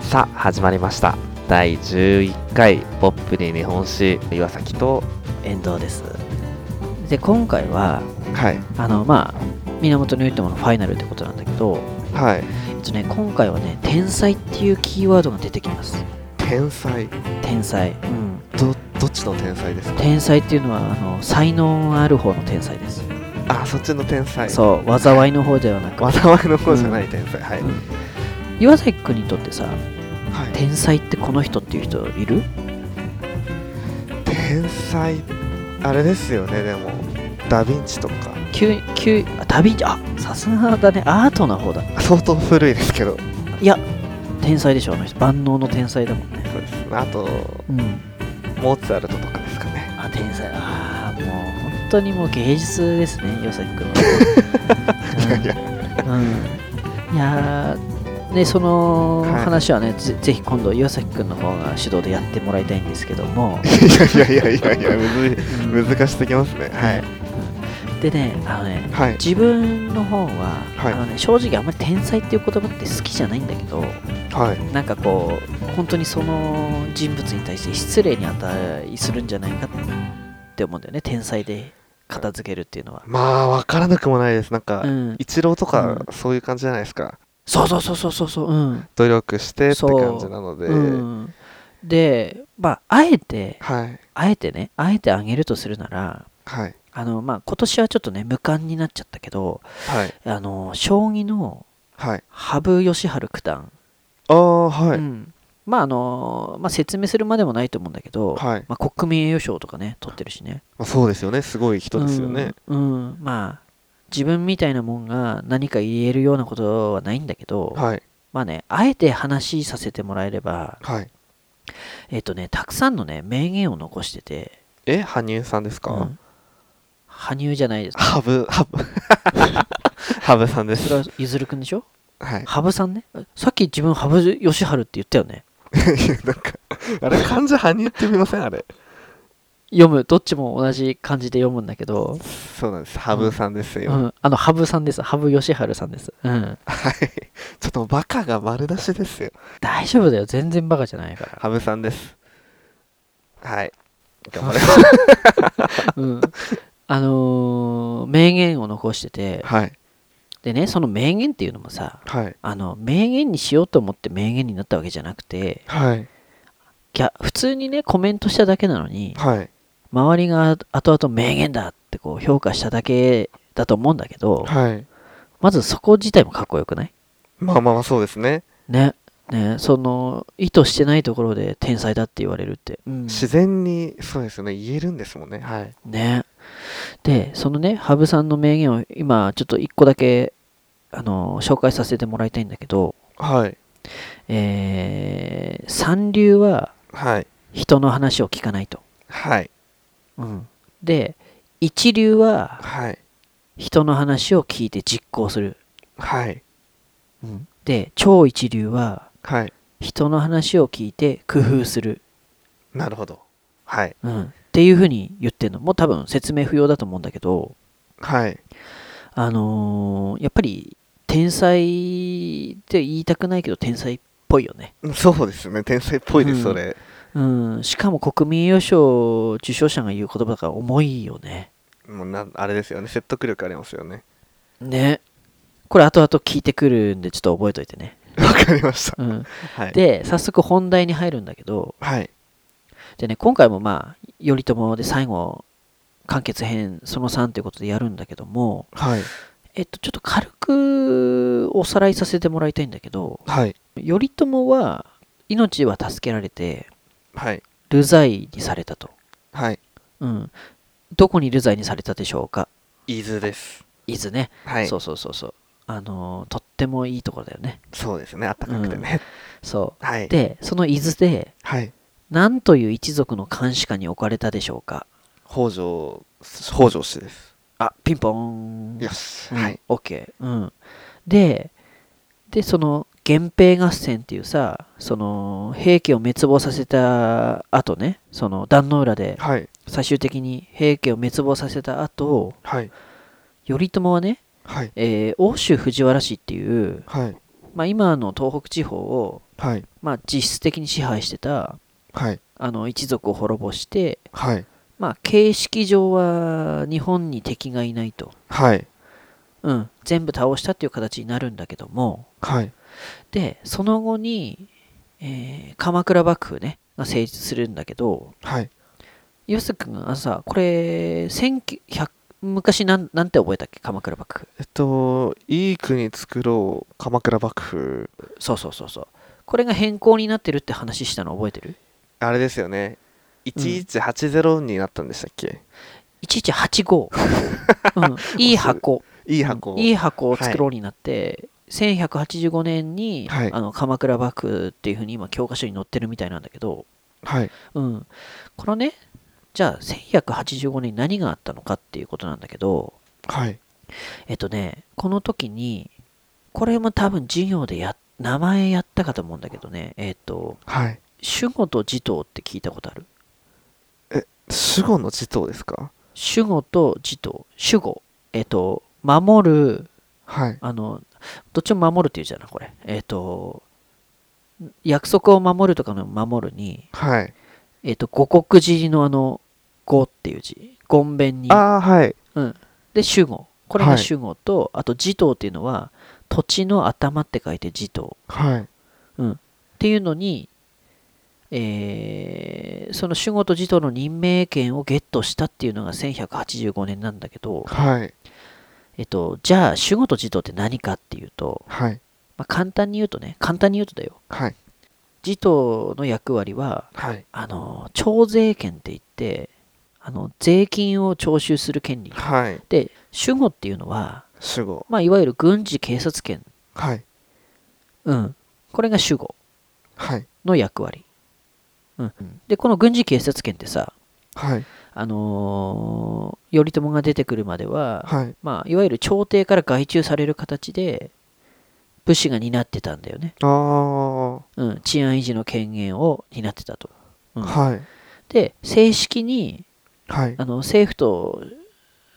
さあ始まりました第11回ポップに日本史岩崎と遠藤ですで今回ははいあのまあ源頼朝のファイナルってことなんだけど、はいえっとね、今回はね「天才」っていうキーワードが出てきます天才天才、どどっちの天才ですか天才っていうのはあの才能ある方の天才です、あそっちの天才そう災いの方ではなく災いの方じゃない天才、はい、うん岩崎君にとってさはい、天才ってこの人っていう人いる天才あれですよねでもダ・ヴィンチとか急急あ旅あさすがだねアートな方だ相当古いですけどいや天才でしょあの人万能の天才だもんねそうですあとうんモーツァルトとかですかねあ天才ああもう本当にもう芸術ですね岩崎君い やいやは、うん、うん、いやーねそのはい話はね、ぜぜひ今度岩崎君の方が指導でやってもらいたいんですけども、いやいやいやいやいや むずうんい難しすぎますねはいうんでねあのねはい自分の方は、はいあのね、正直あんまり天才っていう言葉って好きじゃないんだけどはいなんかこう本当にその人物に対して失礼に値するんじゃないかって思うんだよね天才で片付けるっていうのは、まあ分からなくもないですなんか、うん、イチローとかうそういう感じじゃないですかそうそうそうそうそうそううん、努力してってそう感じなので、うん、でまああえてはいあえてねあえてあげるとするならはいあのまあ今年はちょっとね無冠になっちゃったけどはいあの将棋のはい羽生善治九段、ああはういん、まああの、まあ、説明するまでもないと思うんだけど、はい、ままあ、国民栄誉賞とかね取ってるしねあ、そうですよねすごい人ですよね、うん、うんまあ自分みたいなもんが何か言えるようなことはないんだけど、はいまあねあえて話させてもらえればはいえっ、とねたくさんのね名言を残してて、え羽生さんですうかん羽生じゃないです羽生羽 生羽生さんでそすれはゆずるくんでしょ はい羽生さんねさっき自分羽生善治って言ったよねいやなんかあれ漢字羽生って見ませんあれ読むどっちも同じ漢字で読むんだけど、そうなんです羽生さんですうよ、ん、あの羽生さんです羽生善治さんです、うん、はいちょっとバカが丸出しですよ大丈夫だよ全然バカじゃないから羽生さんですはい頑張れ うん、あのー名言を残しててはいでねその名言っていうのもさはいあの名言にしようと思って名言になったわけじゃなくてはいいや普通にねコメントしただけなのにはい周りが後々名言だってこう評価しただけだと思うんだけどはいまずそこ自体もかっこよくないまあまあまあそうですね、ねねその意図してないところで天才だって言われるって、うん自然にそうですよね言えるんですもんねはいねでそのね羽生さんの名言を今ちょっと1個だけあの紹介させてもらいたいんだけど、はいえー三流ははい人の話を聞かないと、はいで一流ははい人の話を聞いて実行する、はいで超一流ははい人の話を聞いて工夫する、なるほどはいうんっていうふうに言ってるのもう多分説明不要だと思うんだけどはいあのーやっぱり天才って言いたくないけど天才っぽいよね、そうですね天才っぽいです、うんそれうん、しかも国民栄誉賞受賞者が言う言葉だから重いよねもうなあれですよね説得力ありますよね ねこれ後々聞いてくるんでちょっと覚えといてね、わかりましたうん、はいで早速本題に入るんだけどはいでね今回もまあ頼朝で最後完結編その3ということでやるんだけどもはいえっとちょっと軽くおさらいさせてもらいたいんだけどはい頼朝は命は助けられてはい流罪にされたと、はいうん、どこに流罪にされたでしょうか伊豆です伊豆ね、はいそうそうそうそうあのーとってもいいところだよねそうですねあったかくてね、そはいうでその伊豆ではい何という一族の監視下に置かれたでしょうか北条北条氏ですあピンポーンよし、うんはい、 OK、うん、ででその源平合戦っていうさその平家を滅亡させた後ねその壇ノ浦ではい最終的に平家を滅亡させた後はい頼朝はね、はいえー欧州藤原氏っていう、はいまあ、今の東北地方をはいまあ、実質的に支配してたはいあの一族を滅ぼして、はいまあ、形式上は日本に敵がいないと、はいうん、全部倒したっていう形になるんだけどもはいでその後に、えー鎌倉幕府ねが成立するんだけどはい吉瀬君あのさこれ1900昔なんなんて覚えたっけ鎌倉幕府えっといい国作ろう鎌倉幕府そうそうそうそうこれが変更になってるって話したの覚えてるあれですよね1180になったんでしたっけ、 1185、うん、いい箱いい箱、いい箱を作ろうになって、1185年に、はいあの鎌倉幕府っていうふうに今教科書に載ってるみたいなんだけど、はいうん、このねじゃあ1185年に何があったのかっていうことなんだけどはいえっとねこの時にこれも多分授業でや名前やったかと思うんだけどねえっとはい守護と持統って聞いたことある守護の地頭ですか守護と持統守護えっと守るはいあの、どっちも守るっていうじゃない、これ。えっ、と、約束を守るとかの守るに、はいえっ、と、五国寺のあの、五っていう字。ごんべんに。ああーはいうん。で、守護。これがはい守護と、あと、地頭っていうのは、土地の頭って書いて地頭。はいっていうのに、えーその守護と地頭の任命権をゲットしたっていうのが1185年なんだけど、はいえっ、と、じゃあ、守護と地頭って何かっていうと、はいまあ、簡単に言うとね、簡単に言うとだよ。はい持統の役割ははいあの徴税権って言ってあの税金を徴収する権利はいで守護っていうのは、守護まあ、いわゆる軍事警察権、はいうん、これが守護はいの役割、うん、でこの軍事警察権ってさはいあのー頼朝が出てくるまでは、はいまあ、いわゆる朝廷から外注される形で武士が担ってたんだよね、ああはうん、治安維持の権限を担ってたとうんいで正式にはいあの政府と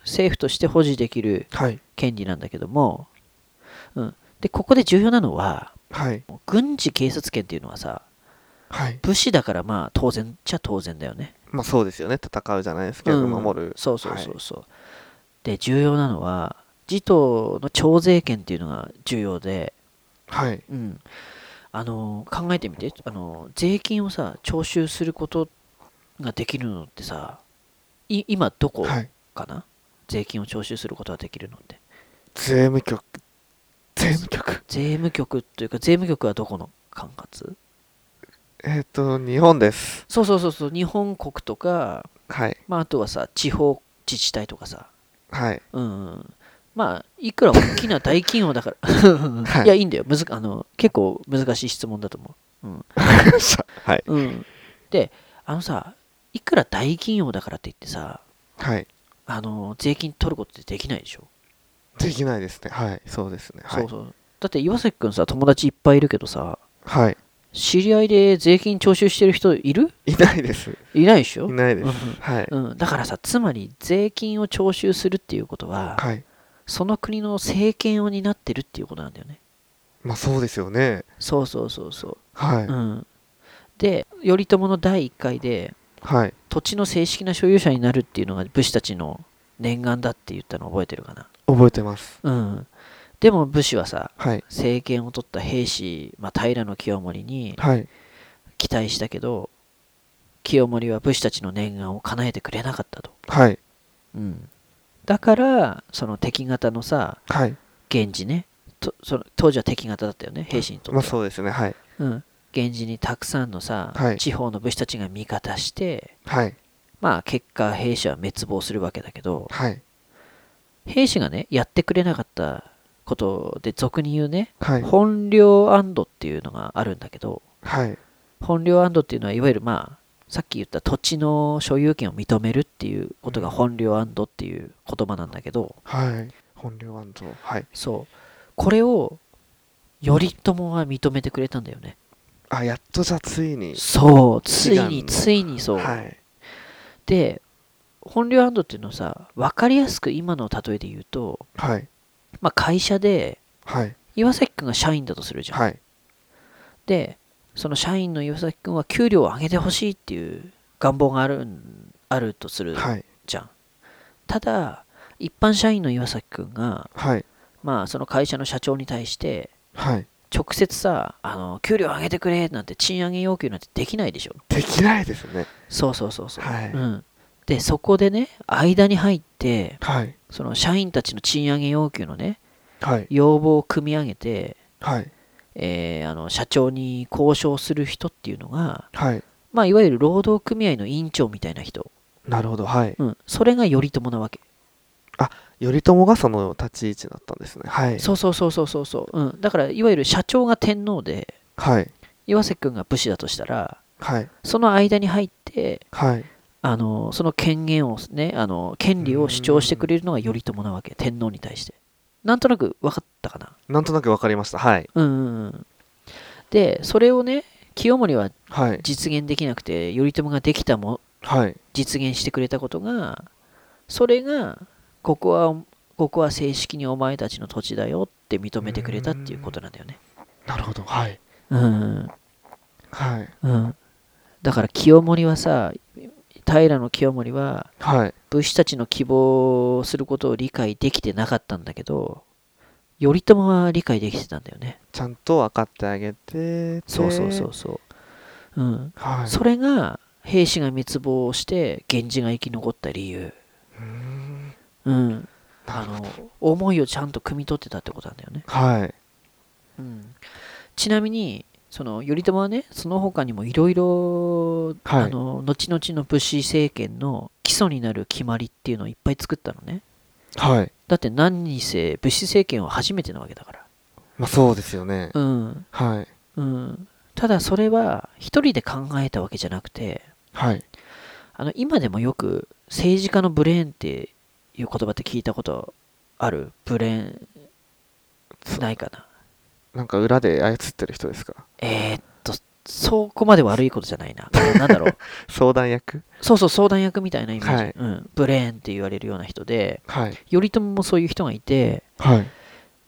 政府として保持できるはい権利なんだけども、うん、でここで重要なのははい軍事警察権っていうのはさはい武士だからまあ当然っちゃ当然だよね。まあそうですよね戦うじゃないですけど、うん守るそうそうそうそう。で重要なのは持統の徴税権っていうのが重要で、はいうん、あの考えてみてあの税金をさ徴収することができるのってさい今どこ、はいかな税金を徴収することができるのって税務局税務局税務局というか税務局はどこの管轄えっ、と日本ですそうそうそうそう日本国とか、はいまあ、あとはさ地方自治体とかさはいうん、うん、まあいくら大きな大企業だ から、はいい、やいいんだよむずあの結構難しい質問だと思はい、う、うん、であのさいくら大企業だからって言ってさはい、あの税金取ることってできないでしょ、できないですねはいそうですねはいそうそうだって岩崎くんさ友達いっぱいいるけどさはい知り合いで税金徴収してる人いるいないですいないでしょいないですうんうんはいうん、だからさつまり税金を徴収するっていうことは、はいその国の政権を担ってるっていうことなんだよねまあそうですよねそうそうそうそう、はい、うん、で頼朝の第一回ではい土地の正式な所有者になるっていうのが武士たちの念願だって言ったの覚えてるかな覚えてますうんでも武士はさはい政権を取った兵士、まあ、平清盛にはい期待したけど清盛は武士たちの念願を叶えてくれなかったとはいうん、だからその敵方のさはい源氏ねとその当時は敵方だったよね兵士にとまあっては、そうですねはいうん、源氏にたくさんのさ、はい地方の武士たちが味方してはいまあ結果兵士は滅亡するわけだけどはい兵士がねやってくれなかったことで俗に言うねはい本領安堵っていうのがあるんだけどはい本領安堵っていうのはいわゆるまあさっき言った土地の所有権を認めるっていうことが本領安堵っていう言葉なんだけど、はい本領安藤はいそうこれを頼朝は認めてくれたんだよねあやっとじゃあついにそうつい悲願にのついにそう、はいで本領安堵っていうのはさ分かりやすく今の例えで言うと、はいまあ、会社ではい岩崎君が社員だとするじゃん、はいでその社員の岩崎君は給料を上げてほしいっていう願望があるんあるとするはいじゃん。ただ一般社員の岩崎君が、はいまあ、その会社の社長に対してはい直接さあの給料上げてくれなんて賃上げ要求なんてできないでしょできないですねそうそうそうそう、はいうん、でそこでね間に入ってはいその社員たちの賃上げ要求のねはい要望を組み上げて、はいえーあの社長に交渉する人っていうのが、はいまあ、いわゆる労働組合の委員長みたいな人、なるほどはいうん、それが頼朝なわけ、頼朝がその立ち位置だったんですねはいそうそうそうそうそうそう、うん、だからいわゆる社長が天皇ではい岩瀬君が武士だとしたらはいその間に入ってはいあのその権限をねあの権利を主張してくれるのが頼朝なわけ天皇に対してなんとなく分かったかななんとなくわかりましたはいうんうんうんでそれをね清盛ははい実現できなくて頼朝ができたもはい実現してくれたことがそれがここはここは正式にお前たちの土地だよって認めてくれたっていうことなんだよねなるほどはいうんはいうんだから清盛はさ平清盛ははい武士たちの希望することを理解できてなかったんだけど頼朝は理解できてたんだよねちゃんと分かってあげててそうそうそうそう、うんはいそれが兵士が滅亡して源氏が生き残った理由うんあの思いをちゃんと汲み取ってたってことなんだよね、はいうん、ちなみにその頼朝はねその他にもいろいろはいあの後々の武士政権の基礎になる決まりっていうのをいっぱい作ったのねはいだって何にせ武士政権は初めてなわけだからまあそうですよねうんはいうんただそれは一人で考えたわけじゃなくてはいあの今でもよく政治家のブレーンっていう言葉って聞いたことあるブレーンないかななんか裏で操ってる人ですかえー、っとそこまで悪いことじゃないなあのなん だろう相談役そうそう相談役みたいなイメージ、はいうん、ブレーンって言われるような人ではい頼朝もそういう人がいてはい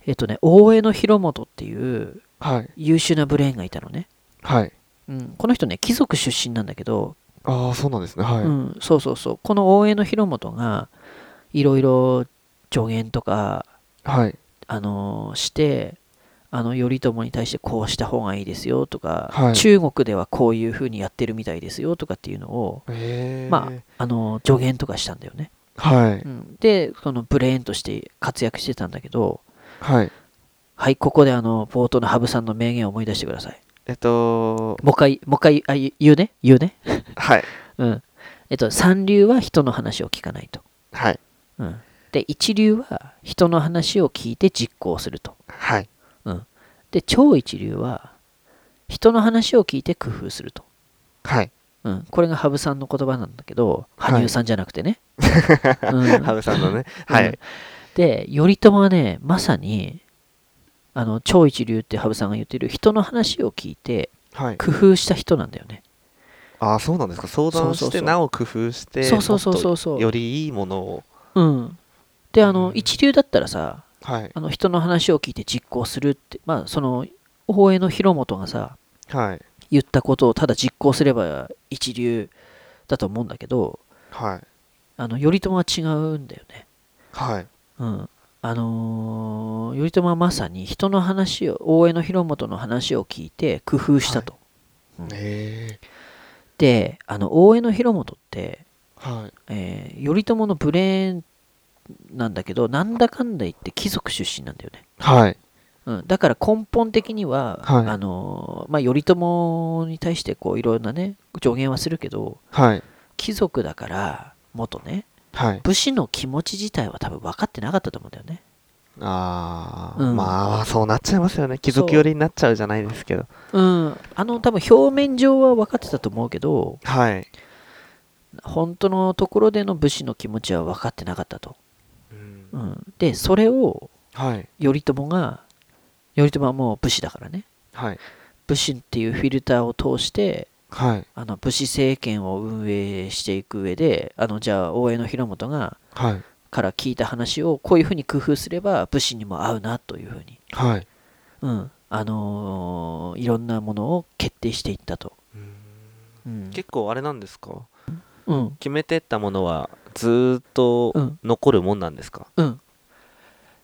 えっとね大江の広元っていうはい優秀なブレーンがいたのねはいうん、この人ね貴族出身なんだけど、ああそうなんですねはい、うん、そうそうそうこの大江の広元がいろいろ助言とか、はいあのーしてあの頼朝に対してこうした方がいいですよとか、はい中国ではこういうふうにやってるみたいですよとかっていうのを、ええまあのー助言とかしたんだよね、、はいうん、でそのブレーンとして活躍してたんだけどはい。はいここであの冒頭の羽生さんの名言を思い出してくださいえっと、もう一回もう一回あ言う言うね言うねはい。うん。えっと、三流は人の話を聞かないと。はい。うん。で、一流は人の話を聞いて実行すると。はい。うん。で、超一流は人の話を聞いて工夫すると。はい。うん。これが羽生さんの言葉なんだけど、はい羽生さんじゃなくてね。うん羽生さんのね。はうんい。で、頼朝はね、まさに、あの超一流って羽生さんが言ってる人の話を聞いてはい。工夫した人なんだよね。ああ、そうなんですか。相談そうそうしそて、うなお工夫して、そうそうそうそうそうもっとよりいいものを。うん、であの、うん一流だったらさはい。あの人の話を聞いて実行するって、まあ、その大江の広元がさはい。言ったことをただ実行すれば一流だと思うんだけどはい。あの頼朝は違うんだよね。はい。うんあのー頼朝はまさに人の話を大江の広元の話を聞いて工夫したと。ええ。であの大江の広元って、はい。えー頼朝のブレーンなんだけどなんだかんだ言って貴族出身なんだよね。はい。うん、だから根本的には、はいあのーまあ、頼朝に対してこういろんなね助言はするけどはい。貴族だから元ねはい。武士の気持ち自体は多分分かってなかったと思うんだよねああ、うんまあ、そうなっちゃいますよね。貴族寄りになっちゃうじゃないですけど。うんあの多分表面上は分かってたと思うけどはい。本当のところでの武士の気持ちは分かってなかったと、うんうん、でそれをはい。頼朝が頼朝はもう武士だからねはい。武士っていうフィルターを通してはい。あの武士政権を運営していく上であのじゃあ大江の広元がはい。から聞いた話をこういうふうに工夫すれば武士にも合うなというふうに、はい。うん、あのーいろんなものを決定していったと。うん結構あれなんですかうん決めてったものはずーっとうん残るもんなんですか、うん、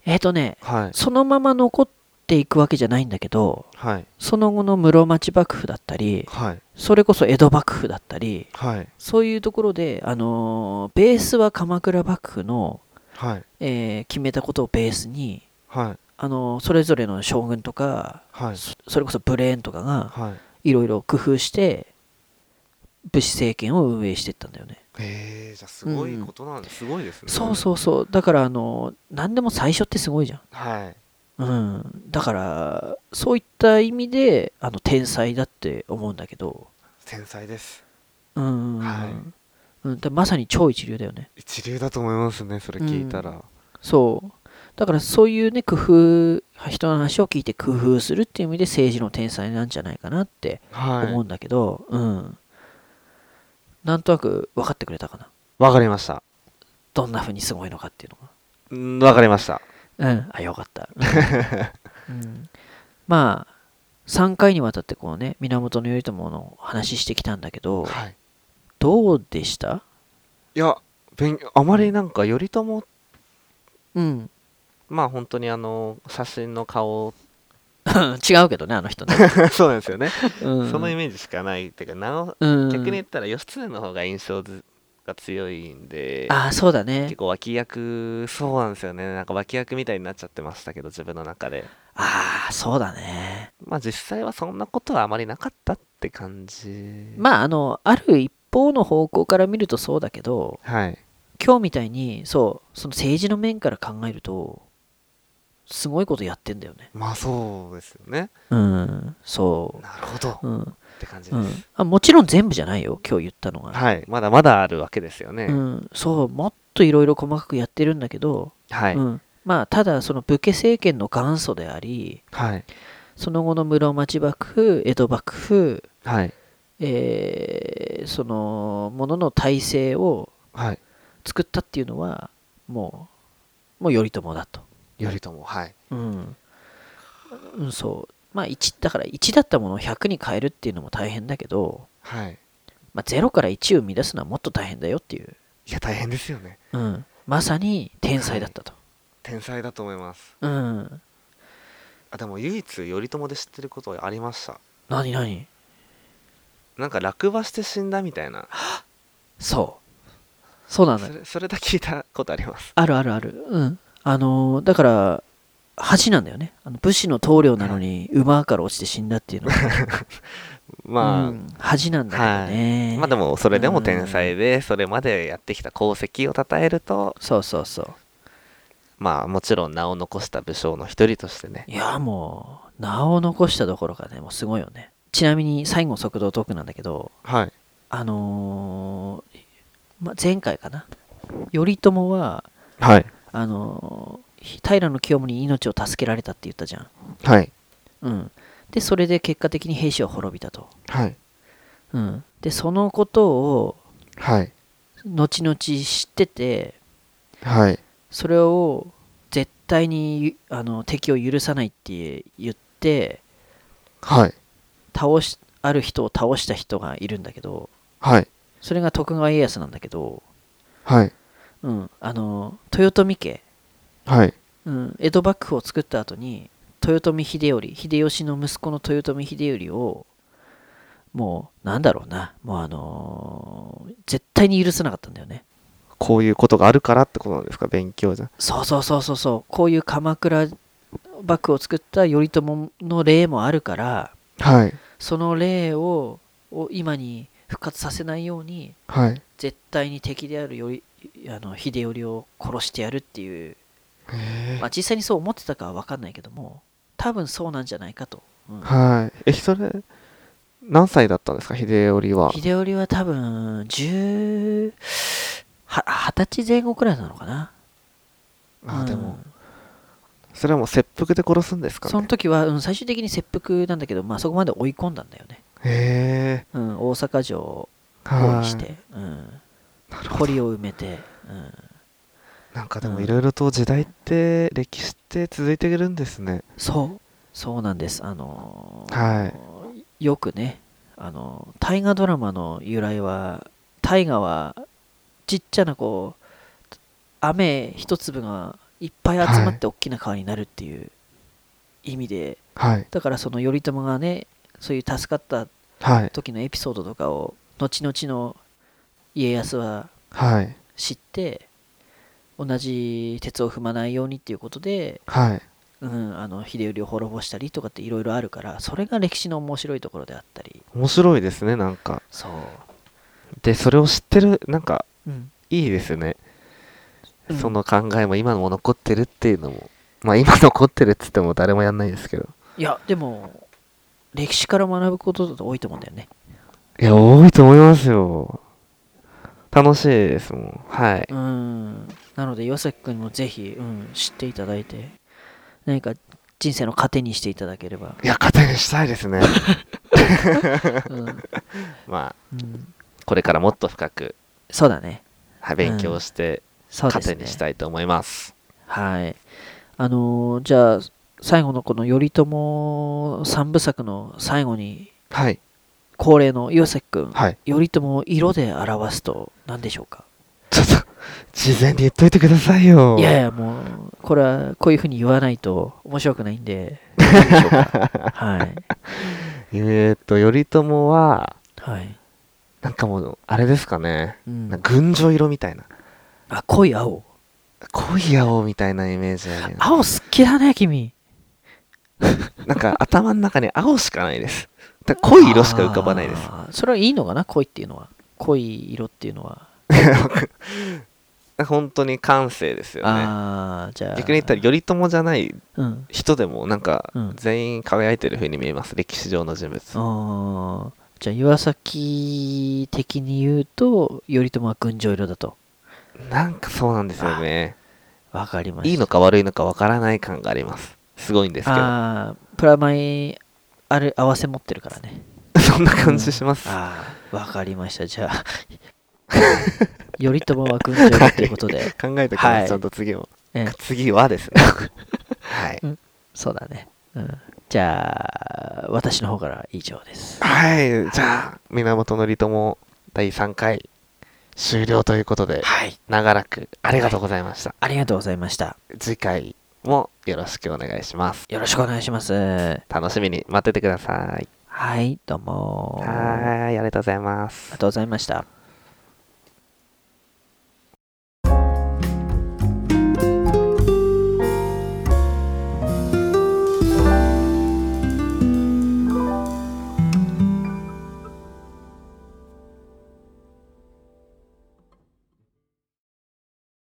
えっ、とねはいそのまま残っていくわけじゃないんだけどはいその後の室町幕府だったりはいそれこそ江戸幕府だったりはいそういうところで、あのーベースは鎌倉幕府の、はいえー決めたことをベースに、はいあのーそれぞれの将軍とかはいそそれこそブレーンとかがはいいろいろ工夫して武士政権を運営していったんだよね。へえじゃあすごいことなんです、すごいですねそうそうそうだから、あのー何でも最初ってすごいじゃん。はいうん、だからそういった意味であの天才だって思うんだけど、天才ですうんはいうん、だからまさに超一流だよね。一流だと思いますねそれ聞いたら、そうだからそういうね工夫人の話を聞いて工夫するっていう意味で政治の天才なんじゃないかなって思はうんだけど、うんなんとなく分かってくれたかないわかりましたどんな風にすごいのかっていうのうんわかりましたがうんあよか った、うんうんまあ3回にわたってこうね源頼朝の話してきたんだけどはいどうでしたいや勉あまりなんか頼朝うん、まあ本当にあの写真の顔 違うけどねあの人ね、そうなんですよね、うん、そのイメージしかないっていうかなおうん逆に言ったら義経の方が印象づが強いんでああそうだね結構脇役そうなんですよねなんか脇役みたいになっちゃってましたけど自分の中でああそうだねまあ実際はそんなことはあまりなかったって感じまああのある一方の方向から見るとそうだけどはい今日みたいにそうその政治の面から考えるとすごいことやってんだよねまあそうですよねうんそなるほどっううん、て感じうです、ん、あもちろん全部じゃないよ今日言ったのが、はいまだまだあるわけですよね、うん、そうもっといろいろ細かくやってるんだけど、はい、うん、まあただその武家政権の元祖でありはいその後の室町幕府江戸幕府はいえーそのものの体制をはい作ったっていうのはもうもう頼朝だと、頼朝はいうんうん、そうまあ1だから1だったものを100に変えるっていうのも大変だけど、はいまあ、0から1を生み出すのはもっと大変だよっていう、いや大変ですよねうん、まさに天才だったと、天才だと思いますうんあでも唯一頼朝で知ってることありました何何なんか落馬して死んだみたいなそうそうなんだそれそれだけ聞いたことありますあるあるあるうんあのーだから恥なんだよねあの武士の棟梁なのに馬から落ちて死んだっていうのは、 まあ、うん恥なんだけどね、まあでもそれでも天才でそれまでやってきた功績を称えるとそうそうそうまあもちろん名を残した武将の一人としてねいやもう名を残したどころかねもうすごいよねちなみに最後速度トークなんだけどはいあのーま、前回かな頼朝ははいあのー平清盛に命を助けられたって言ったじゃんはいうんでそれで結果的に兵士は滅びたとはいうんでそのことをはい後々知っててはいそれを絶対にあの敵を許さないって言ってはい倒しある人を倒した人がいるんだけどはいそれが徳川家康なんだけど、はいうん、あの豊臣家、はいうん、江戸幕府を作った後に豊臣秀頼秀吉の息子の豊臣秀頼をもうなんだろうなもうあのー絶対に許さなかったんだよねこういうことがあるからってことなんですか勉強じゃそうそうそうそうそうこういう鎌倉幕府を作った頼朝の例もあるからはいその例をを今に復活させないようにはい絶対に敵であるよりあの秀頼を殺してやるっていう、まあ、実際にそう思ってたかは分かんないけども多分そうなんじゃないかと、うんはいえそれ何歳だったんですか秀頼は秀頼は多分10は二十歳前後くらいなのかなあうんでもそれはもう切腹で殺すんですかそのね時は、うん、最終的に切腹なんだけど、まあ、そこまで追い込んだんだよね、へえうん、大阪城を包囲はしいて、うん、なるほど堀を埋めて、うん、なんかでうもんいろいろと時代って歴史って続いてくるんですね。そうそうなんです。あのーはよくね、あのー大河ドラマの由来は、大河はちっちゃなこう、雨一粒がいっぱい集まって大きな川になるっていう意味で、はいだからその頼朝がね、そういう助かったはい時のエピソードとかを、後々の家康ははい知って、同じ鉄を踏まないようにっていうことで、はいうん、あの秀頼を滅ぼしたりとかっていろいろあるからそれが歴史の面白いところであったり面白いですねなんかそう、でそれを知ってるなんかうん、いいですね、うんその考えも今も残ってるっていうのもまあ今残ってるっつっても誰もやんないですけどいやでも歴史から学ぶことだと多いと思うんだよねいや多いと思いますよ楽しいですもんはいうんなので岩崎君もぜひ、うん、知っていただいて何か人生の糧にしていただけれ ば、いや糧にしたいです ねうんうまあんこれからもっと深くそうだねはい勉強してそうです糧ねにしたいと思いますはいあのーじゃあ最後のこの頼朝三部作の最後にはい恒例の岩崎君はい頼朝を色で表すと何でしょうかちょっと事前に言っといてくださいよいやいやもうこれはこういうふうに言わないと面白くない んで何でしょうかはいえー、っと頼朝ははい、なんかもうあれですかねうんなんか群青色みたいなあ濃い青濃い青みたいなイメージあるよね青好きだね君なんか頭の中に青しかないですだから濃い色しか浮かばないですあーそれはいいのかな濃いっていうのは濃い色っていうのは、本当に感性ですよねああじゃあ逆に言ったら頼朝じゃないうん人でもなんかうん全員輝いてる風に見えます歴史上の人物あーじゃあ岩崎的に言うと頼朝は群青色だとなんかそうなんですよねわかりましたいいのか悪いのかわからない感がありますすごいんですけどあープラマイあれ合わせ持ってるからね そんな感じしますああ、わかりました。じゃあ、 頼朝は軍上だということ で、考えてから、はいちゃんと次をええ次はです ねはいそうだね。うん、じゃあ、私の方から以上です。はいじゃあ源頼朝第3回終了ということではい。長らくありがとうございました、ありがとうございました。次回もよろしくお願いしますよろしくお願いします。楽しみに待っててくださいはい、どうも。あはーいありがとうございますりがとうございました。